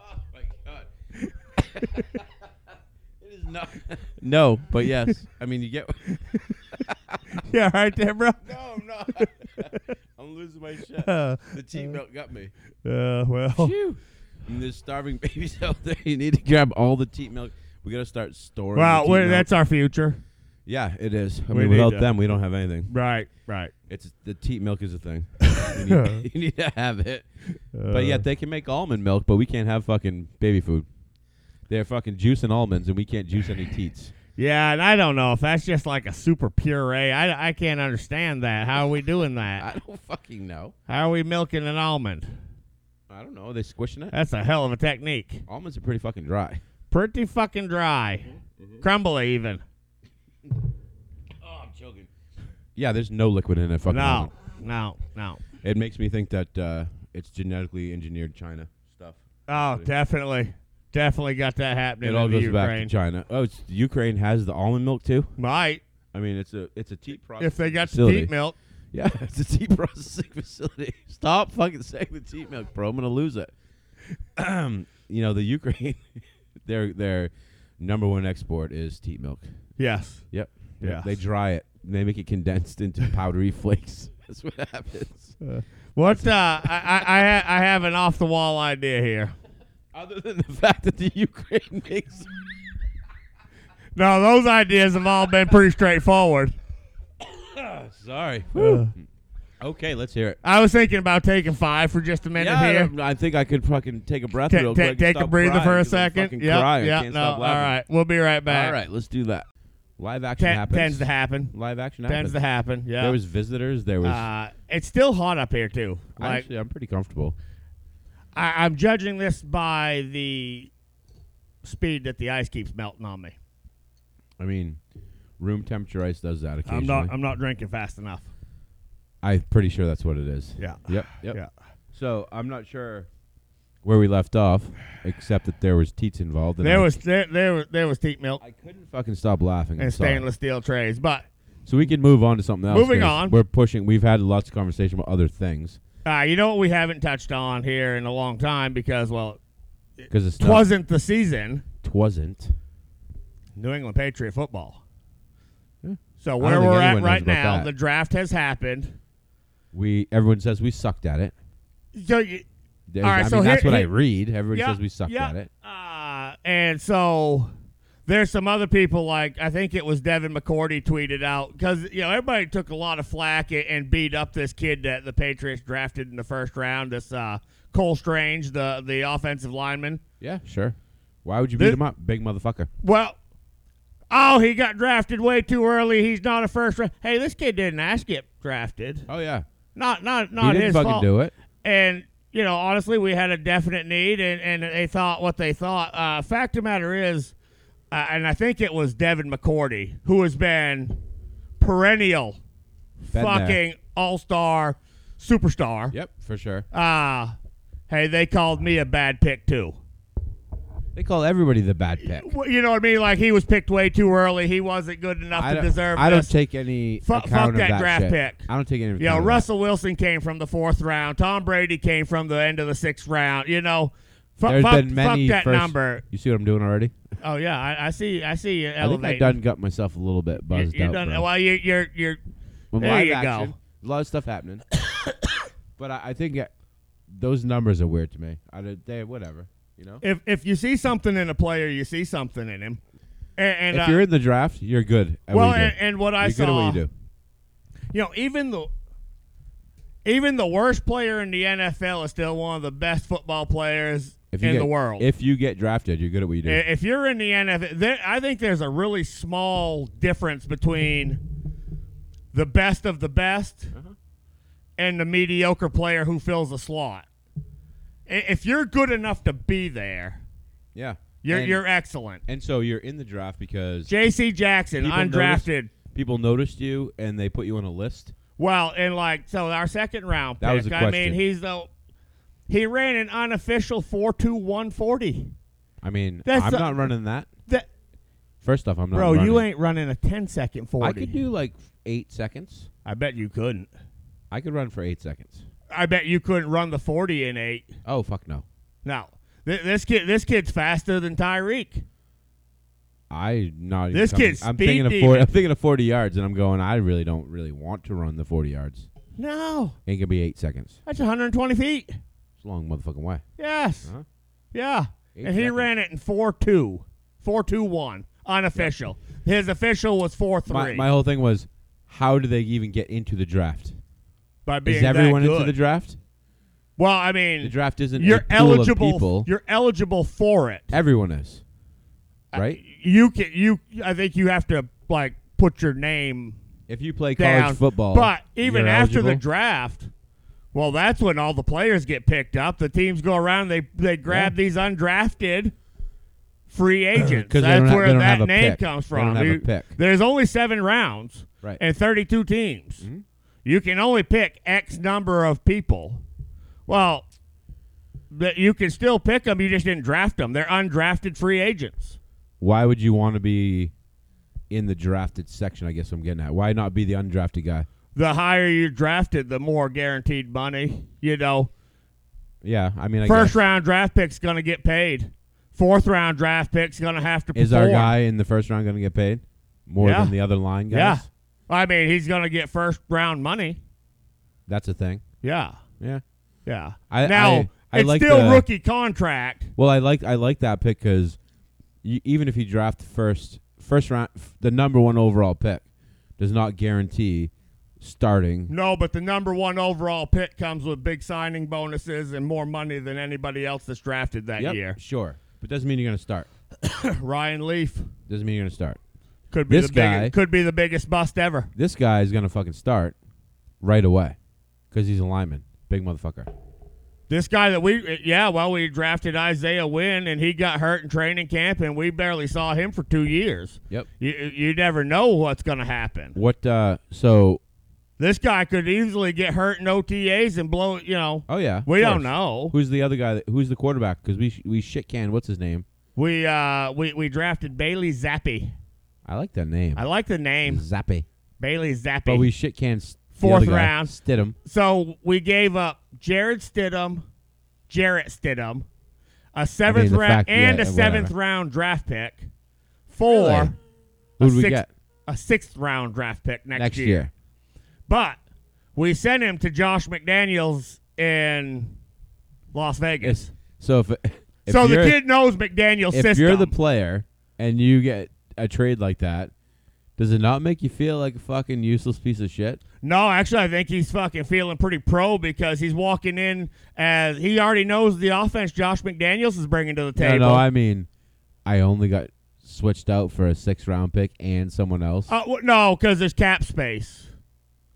Oh my god. it is not. No, but yes. I mean, you get. Yeah, right there, bro. No, I'm not. I'm losing my shit. Uh, The teat milk got me. uh, well, Phew. And there's starving babies out there. You need to grab all the teat milk. We gotta start storing. the well, teat we milk. that's our future. yeah, it is. I We mean, need without to- them, we don't have anything. Right, right. It's the teat milk is a thing. you, need, you need to have it. Uh, but yet they can make almond milk, but we can't have fucking baby food. They're fucking juicing almonds, and we can't juice any teats. yeah, and I don't know if that's just like a super puree. I, I can't understand that. How are we doing I that? don't fucking know. How are we milking an almond? I don't know. Are they squishing it? That's a hell of a technique. Almonds are pretty fucking dry. Pretty fucking dry, crumbly even. Oh, I'm choking. Yeah, there's no liquid in a fucking almond. No, no, no. It makes me think that uh, it's genetically engineered China stuff. Oh, definitely, definitely got that happening. it all in the goes back to Ukraine. China. Oh, it's, Ukraine has the almond milk too. Might I mean, it's a it's a tea processing if they got the facility. teat milk. Yeah, it's a tea processing facility. Stop fucking saying the tea milk, bro. I'm gonna lose it. you know the Ukraine, their their number one export is tea milk. Yes. Yep. Yes. They dry it. They make it condensed into powdery flakes. That's what happens. What? Uh, I, I, I, ha- I have an off the wall idea here. Other than the fact that the Ukraine makes No, those ideas have all been pretty straightforward. Ah, sorry. okay, let's hear it. I was thinking about taking five for just a minute Yeah, I here. don't- I think I could fucking take a breath um, Ta- real ta- quick. and take a stop breather crying for a 'cause I'm second. fucking Yep, crying. I yep, can't no, stop all laughing. right. We'll be right back. All right, let's do that. Live action Ten- happens. tends to happen. Live action Tends happens. to happen. Yeah. There was visitors. There was. uh, it's still hot up here too. Like actually, I'm pretty comfortable. I, I'm judging this by the speed that the ice keeps melting on me. I mean, room temperature ice does that occasionally. I'm not. I'm not drinking fast enough. I'm pretty sure that's what it is. Yeah. Yep. Yep. Yeah. So I'm not sure where we left off, except that there was teats involved. And There I, was there there was there was teat milk I couldn't fucking stop laughing. I'm and sorry. stainless steel trays, but So we can move on to something else. Moving 'cause on. We're pushing. We've had lots of conversation about other things Uh, you know what we haven't touched on here in a long time because, well, because it's not- twasn't the season. twasn't. New England Patriot football. Yeah. So don't where think we're anyone at knows right about now, that. the draft has happened. We everyone says we sucked at it. So you, There's- All right, I so mean, that's here- what I here- read. Everybody yeah, says we sucked yeah. at it. Uh, and so there's some other people like I think it was Devin McCourty tweeted out because you know everybody took a lot of flack a- and beat up this kid that the Patriots drafted in the first round. This uh, Cole Strange, the the offensive lineman. Yeah, sure. Why would you This- beat him up, big motherfucker? Well, oh, he got drafted way too early. He's not a first round. Hey, this kid didn't ask to get drafted. Oh yeah, Not not he not didn't his fucking fault. do it. and you know honestly we had a definite need and, and they thought what they thought uh, fact of the matter is uh, and i think it was devin mccordy who has been perennial there. fucking all-star superstar Yep, for sure. uh, hey they called me a bad pick too They call everybody the bad pick. Well, you know what i mean like he was picked way too early he wasn't good enough I to don't, deserve I don't this. take any Fuck- account fuck of that that draft shit. pick. I don't take any. You know, account of that. Russell Wilson came from the fourth round. Tom Brady came from the end of the sixth round. You know, fu- There's fuck, been many fuck that first- number. You see what I'm doing already? Oh yeah, I, I see. I see you I think I elevating. done got myself a little bit You- buzzed you out. done- bro. Well, you, you're you're. With There live you go. action, A lot of stuff happening. but I, I think uh, those numbers are weird to me. I don't, they whatever. You know, If if you see something in a player, you see something in him. And, and if uh, you're in the draft, you're good. At well, what you do. and, and what I you're saw, good at what you do. you know, even the even the worst player in the NFL is still one of the best football players If you in get, the world. if you get drafted, you're good at what you do. I- If you're in the NFL, there, I think there's a really small difference between the best of the best Mm-hmm. and the mediocre player who fills a slot. I- If you're good enough to be there, yeah, you're, and, you're excellent. and so you're in the draft because J.C. Jackson, People undrafted. people noticed you and they put you on a list. Well, and like so, our second round That pick. was the I question. mean, he's the he ran an unofficial four two one forty. I mean, That's I'm a- not running that. That First off, I'm not. bro, you running. ain't running a 10 second forty. I could do like eight seconds. I bet you couldn't. I could run for eight seconds. I bet you couldn't run the 40 in eight. Oh fuck no! No. Th- This kid, this kid's faster than Tyreek. I not even This coming- kid's I'm speed thinking of demon. 40, I'm thinking of forty yards, and I'm going. I really don't really want to run the forty yards. No, It gonna be eight seconds. that's 120 feet. It's a long motherfucking way. Yes. Uh-huh. Yeah. Eight and he seconds. ran it in 4 2, 4 2 1, unofficial. His official was 4 3. My, my whole thing was, how do they even get into the draft? by being Is everyone that into the good. draft? Well, I The mean, draft isn't. a you're pool of eligible. people. You're eligible for it. everyone is, right? You can, you, I think you have to, like, put your name if you play college down. football, But even you're after the eligible. draft, well, that's when all the players get picked up. The teams go around. They they grab Yeah. these undrafted free agents. 'Cause they that's don't have- where they don't have that a name pick. comes They don't from. have a You- pick. There's only seven rounds Right. Mm-hmm. and 32 teams. You can only pick X number of people. Well, that you can still pick them. You just didn't draft them. They're undrafted free agents. why would you want to be in the drafted section? I guess I'm getting at. Why not be the undrafted guy? The higher you drafted, the more guaranteed money. You know, Yeah, I mean, I First guess. round draft pick's gonna get paid. Fourth round draft pick's gonna have to is perform. our guy in the first round going to get paid more Yeah. than the other line guys? Yeah. I mean, he's gonna get first round money. that's a thing. Yeah, Yeah. yeah. I- now I- I it's like still the- rookie contract. Well, I like I like that pick because even if you draft first, first round, f- the number one overall pick does not guarantee starting. No, but the number one overall pick comes with big signing bonuses and more money than anybody else that's drafted that Yep, year. sure, but doesn't mean you're going to start. Ryan Leaf Doesn't mean you're going to start. could be This the guy- biggest, could be the biggest bust ever. This guy is going to fucking start right away because he's a lineman, big motherfucker. This guy that we yeah, well we drafted Isaiah Wynn and he got hurt in training camp and we barely saw him for two years. Yep. You you never know what's going to happen. What? uh So, This guy could easily get hurt in OTAs and blow. You know, oh yeah, of we don't course. know. Who's the other guy? That, who's the quarterback? Because we sh- we shit can. What's his name? We uh we we drafted Bailey Zappi. I like that name. I like the name Zappy. Bailey Zappi. But we shit can s- the Fourth other guy, round. Stidham. so we gave up Jared Stidham, Jarrett Stidham, a I seventh mean, the round fact- and yeah, a seventh whatever. round draft pick for Really? a, Who'd we sixth, get a sixth round draft pick next, next year? year. But we sent him to Josh McDaniels in Las Vegas. So if, if so the you're- kid knows McDaniels' if system. you're the player and you get a trade like that, does it not make you feel like a fucking useless piece of shit? No, actually, I think he's fucking feeling pretty pro because he's walking in as he already knows the offense Josh McDaniels is bringing to the table. No, no, I mean, I only got switched out for a six round pick and someone else. Uh, w- no, because there's cap space.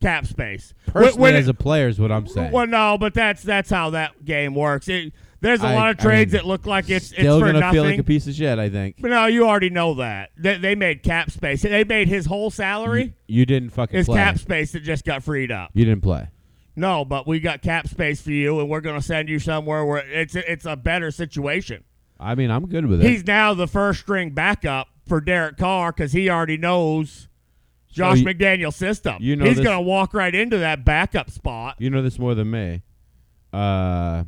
Cap space. Wh- Personally, when as it- a player, is what I'm saying. well, no, but that's that's how that game works. It, there's a I- lot of I trades mean, that look like it's Still it's for gonna nothing. feel like a piece of shit. I think but no, you already know that they, they made cap space. They made his whole salary you didn't fucking is Mm-hmm. play. cap space that just got freed up. You didn't play. No, but we got cap space for you, and we're going to send you somewhere where it's it's a better situation. I mean, I'm good with it. He's now the first string backup for Derek Carr because he already knows Josh you- McDaniel's system. you know He's this- going to walk right into that backup spot. you know this more than me. Uh,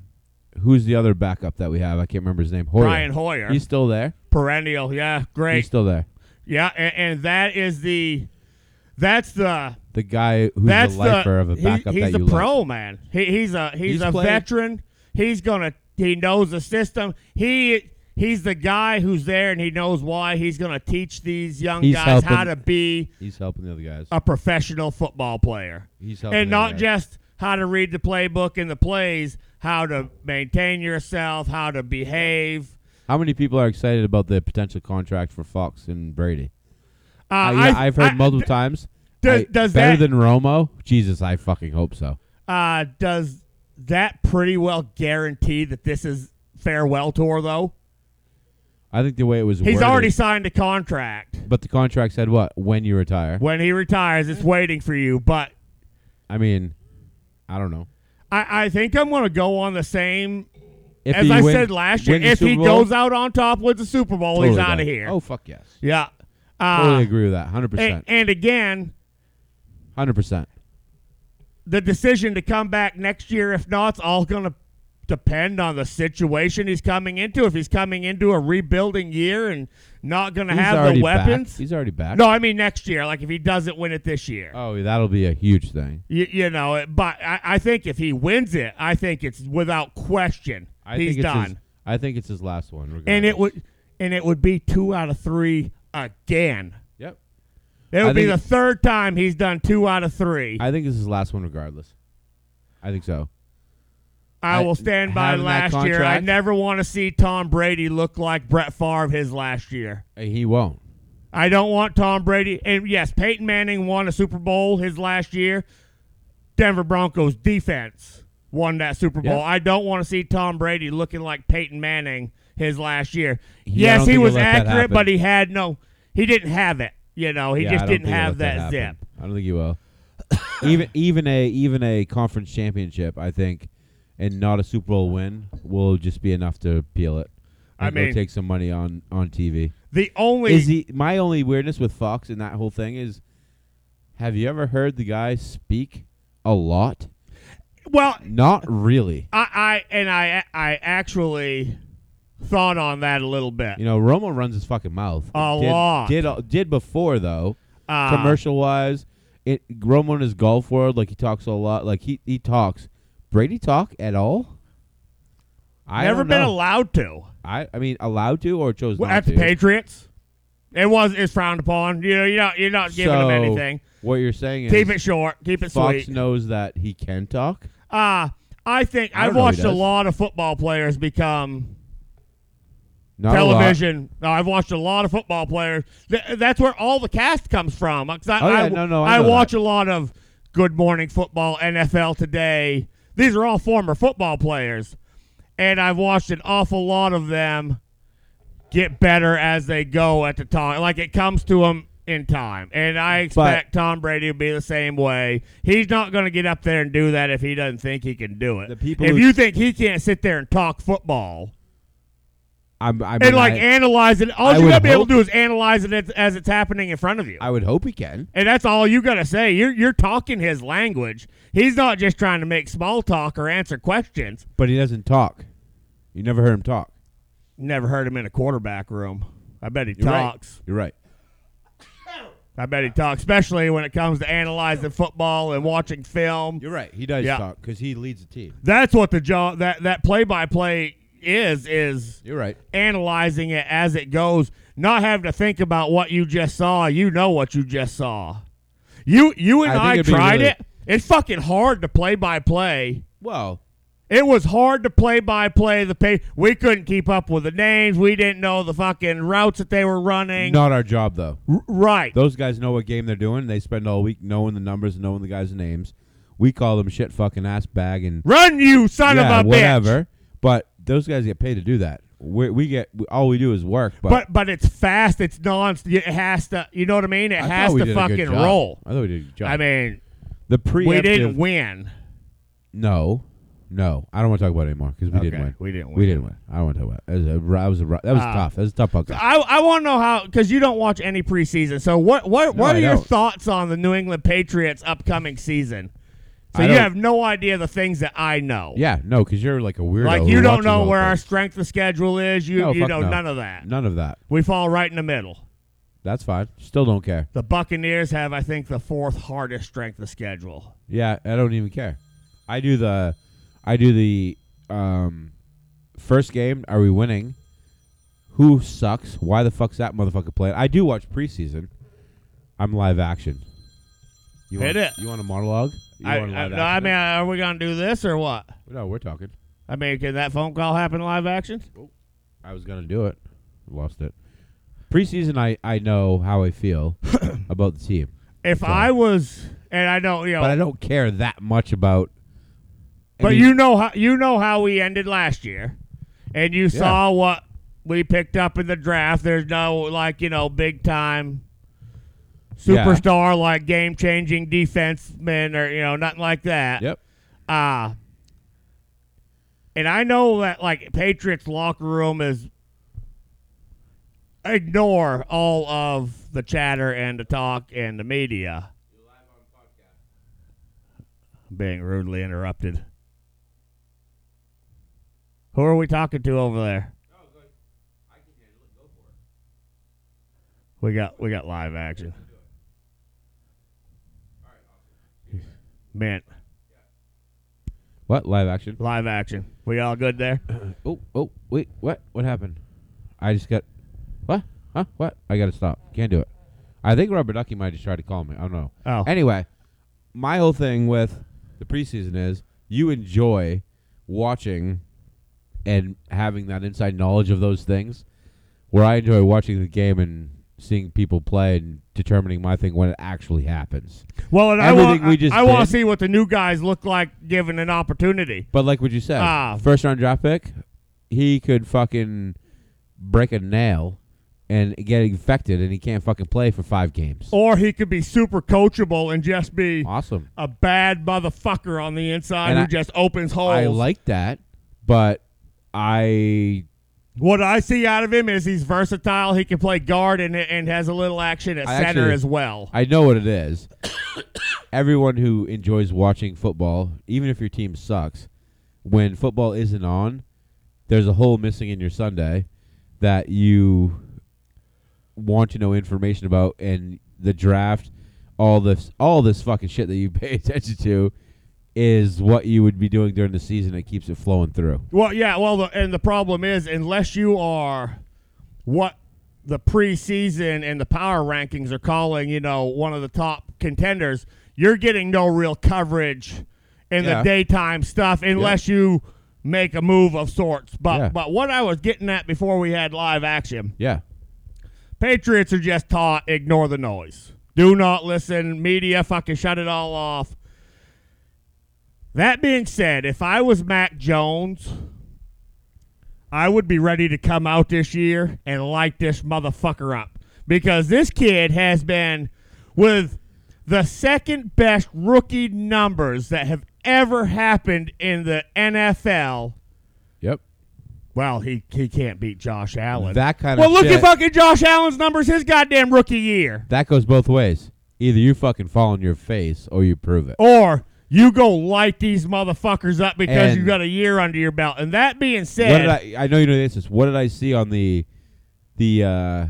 who's the other backup that we have? I can't remember his name. Hoyer. Brian Hoyer, He's still there. perennial, yeah, great, He's still there. yeah, and, and that is the that's the The guy who's that's the lifer the of a he- backup he's a that you pro man. He, he's a he's, He's a played- veteran. He's gonna he knows the system. He he's the guy who's there and he knows why. He's gonna teach these young He's guys how helping- to be He's helping the other guys. a professional football player. He's helping Um, and the other not guys. just how to read the playbook and the plays, how to maintain yourself, how to behave. How many people are excited about the potential contract for Fox and Brady? Uh, I, yeah, I've heard I- multiple times. does- I- does better that- than Romo? Jesus, I fucking hope so. Uh, does that pretty well guarantee that this is farewell tour though? I think the way it was He's worded- already signed a contract. But the contract said what? When you retire? When he retires, it's waiting for you. But I mean, I don't know. I, I think I'm going to go on the same If as he I win- said last year. win the If Super he Bowl, goes out on top with the Super Bowl, he's totally out of done. here. Oh fuck yes. Yeah. Uh, totally agree with that. Hundred and, percent. and again, Hundred percent. the decision to come back next year, if not, it's all going to depend on the situation he's coming into. If he's coming into a rebuilding year and not going to He's have already the back. weapons. He's already back. No, I mean next year. Like if he doesn't win it this year. Oh, that'll be a huge thing. You, you know, it- but I, I think if he wins it, I think it's without question I he's think it's done. His, I think it's his last one. Regardless. and it would and it would be two out of three again. Yep. It I would be think- the third time he's done two out of three. I, I think it's his last one, regardless. I think so. I- will stand by having that last year. I contract- never want to see Tom Brady look like Brett Favre his last year. Uh, He won't. I don't want Tom Brady. And yes, Peyton Manning won a Super Bowl his last year. Denver Broncos defense won that Super Bowl. Yeah. I don't want to see Tom Brady looking like Peyton Manning his last year. Yeah, I yes, don't he think was he'll let that accurate, happen. but he had no, he didn't have it. You know, he Yeah, I just don't didn't think he'll have let that, happen. zip. I don't think he will. even even a even a conference championship, I think, and not a Super Bowl win will just be enough to peel it. I And go mean- take some money on on TV. The only Is he my only weirdness with Fox and that whole thing is? Have you ever heard the guy speak a lot? well, Not really. I, I and I I actually thought on that a little bit. You know, Romo runs his fucking mouth A did, lot. Did uh, did before though. Uh, commercial wise, it Romo in his golf world, like he talks a lot. Like he he talks. Brady talk at all? I Uh, never don't been know. allowed to. I I mean allowed to or chose Well, not at the to. Patriots. It was it's frowned upon. You know, you're not you're not giving so them anything. What you're saying is Keep it short. Keep it Fox sweet. knows that he can talk. Uh I think I don't I've know he watched a does. lot of football players become Not a lot. television. No, I've watched a lot of football players. Th- that's where all the cast comes from. 'Cause I, Oh, yeah, I- no, no, I know watch a lot of Good Morning Football, NFL Today. These are all former football players, and I've watched an awful lot of them get better as they go at the time. Like it comes to them in time, and I expect Tom Brady to be the same way. He's not going to get up there and do that if he doesn't think he can do it. The people if who- you think he can't sit there and talk football, I'm, I mean, and like I, analyze it. All I you would gotta be able hope- to do is analyze it as- as it's happening in front of you. I would hope he can. And that's all you gotta say. You're you're talking his language. He's not just trying to make small talk or answer questions. But he doesn't talk. You never heard him talk. Never heard him in a quarterback room. I bet he You're right. talks. You're right. I bet he talks, especially when it comes to analyzing football and watching film. You're right. He does Yeah. talk because he leads the team. That's what the job that that play by play is is You're right. analyzing it as it goes, not having to think about what you just saw. You know what you just saw. You you and I think I, it'd be tried really- it. It's fucking hard to play by play. Well, It was hard to play by play the pay. We couldn't keep up with the names. We didn't know the fucking routes that they were running. not our job though. R- right. Those guys know what game they're doing. They spend all week knowing the numbers and knowing the guys' names. We call them shit fucking ass bag and Run you son yeah, of a bitch. whatever. But those guys get paid to do that. We, we get we, all we do is work. But, But but it's fast. It's non. It has to. You know what I mean? It I has thought we to did a good fucking job. roll. I thought we did a good job. I mean, the preemptive. we didn't win. No, no, I don't want to talk about it anymore because we didn't Okay, win. we didn't We win. didn't win. I don't want to talk about it. That was, a, that was, a, that was Ah. tough. That was a tough puck. I, I want to know how because you don't watch any preseason. So what what No, what I are your don't. thoughts on the New England Patriots upcoming season? So I you don't- have no idea the things that I know. Yeah, no, because you're like a weirdo. like who you don't watches know all where our things. strength of schedule is. You No, you fuck know no. none of that. None of that. We fall right in the middle. That's fine. Still don't care. The Buccaneers have, I think, the fourth hardest strength of schedule. Yeah, I don't even care. I do the, I do the, um, first game. Are we winning? Who sucks? Why the fuck's that motherfucker playing? I do watch preseason. I'm live action. You Hit want, it. You want a monologue? You I, want a I, live no, I action? mean, are we gonna do this or what? no, we're talking. I mean, can that phone call happen live action? I was gonna do it. Lost it. Preseason, I I know how I feel about the team, If So- I was, and I don't, you know, but I don't care that much about. I But mean, you know how you know how we ended last year, and you saw what we picked up in the draft. There's no like you know big time Yeah. superstar like game changing defenseman or you know nothing like that. Yep. Uh and I know that like Patriots locker room is ignore all of the chatter and the talk and the media. Being rudely interrupted. Who are we talking to over there? We got we got live action. Man, What live action? live action. We all good there? Oh oh wait what what happened? I just got what huh what I gotta stop can't do it. I think Robert Ducky might just try to call me. I don't know. Oh. Anyway, my whole thing with the preseason is you enjoy watching and having that inside knowledge of those things. Where I enjoy watching the game and seeing people play and determining my thing when it actually happens. Well, and I Everything want we just I, want did. to see what the new guys look like given an opportunity. But like what you said, Ah. first round draft pick, he could fucking break a nail and get infected, and he can't fucking play for five games. Or he could be super coachable and just be Awesome, a bad motherfucker on the inside And who I- just opens holes. I like that, but I what I see out of him is he's versatile. He can play guard and and has a little action at I center actually- as well. I know what it is. Everyone who enjoys watching football, even if your team sucks, when football isn't on, there's a hole missing in your Sunday that you want to know information about and the draft, all this all this fucking shit that you pay attention to is what you would be doing during the season that keeps it flowing through. Well, yeah. Well, the, and the problem is, unless you are what the preseason and the power rankings are calling, you know, one of the top contenders, you're getting no real coverage in the Yeah. daytime stuff unless you make a move of sorts. But Yeah. but what I was getting at before we had live action, Yeah. Patriots are just taught ignore the noise. Do not listen. Media, fucking shut it all off. That being said, if I was Mac Jones, I would be ready to come out this year and light this motherfucker up because this kid has been with the second best rookie numbers that have ever happened in the NFL Yep. Well, he he can't beat Josh Allen. That kind well, of look shit, at fucking Josh Allen's numbers his goddamn rookie year. that goes both ways. Either you fucking fall on your face or you prove it. Or you go light these motherfuckers up because And- you got a year under your belt. And that being What said, did I? I know you know the answer. What did I see on the the uh,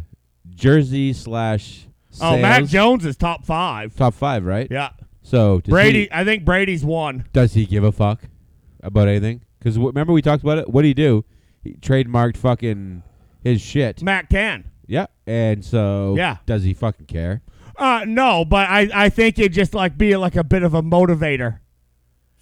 jersey slash? oh, Mac sales? Jones is top five. top five, right? Yeah, So does Brady. he- I think Brady's one. does he give a fuck about anything? Because remember we talked about it. What did he do? He trademarked fucking his shit. Mac ten. Yeah, and so Yeah. does he fucking care? Uh, no, but I, I think it just like be like a bit of a motivator.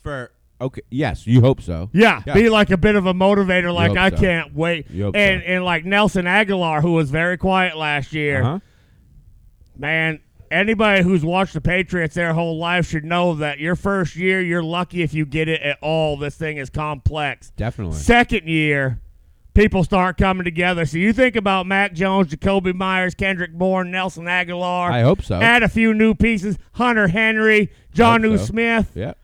For okay, yes, you hope so. Yeah, Yeah. be like a bit of a motivator. Like hope I so. can't wait. You hope and so. and like Nelson Aguilar, who was very quiet last year, Uh-huh. man. Anybody who's watched the Patriots their whole life should know that your first year, you're lucky if you get it at all. This thing is complex. Definitely. Second year, people start coming together. So you think about Mac Jones, Jacoby Myers, Kendrick Bourne, Nelson Aguilar. I hope so. Add a few new pieces. Hunter Henry, John New so. Smith. yeah.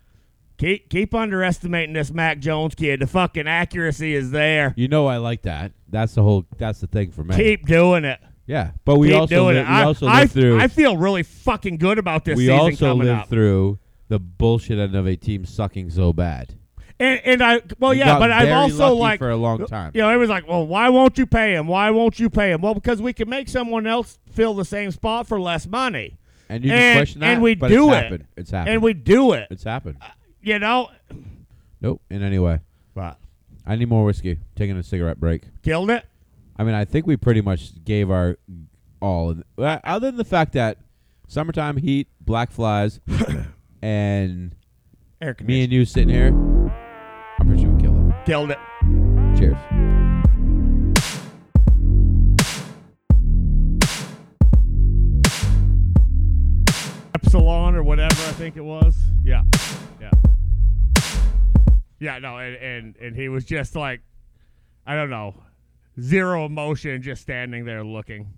Keep keep underestimating this Mac Jones kid. The fucking accuracy is there. You know I like that. That's the whole. That's the thing for me. Keep doing it. yeah, but we keep also doing li- it. we I, also I, live through. I feel really fucking good about this we season also coming lived up. through the bullshit end of a team sucking so bad. And, and I well We Oh, yeah, got but I've very also lucky like for a long time. You know, it was like, well, why won't you pay him? Why won't you pay him? Well, because we can make someone else fill the same spot for less money, And you And- can question that, and we but do it's it. happened. It's happened. and we do it. it's happened. You know, Nope. In any way, but I need more whiskey. Taking a cigarette break. killed it. I mean, I think we pretty much gave our all, in- uh, other than the fact that summertime heat, black flies, and Air me conditioning. and you sitting here. I'm pretty sure we killed it. Killed it. Cheers. Epsilon or whatever I think it was. Yeah, yeah, yeah. No, and and, and he was just like, I don't know, zero emotion, just standing there looking.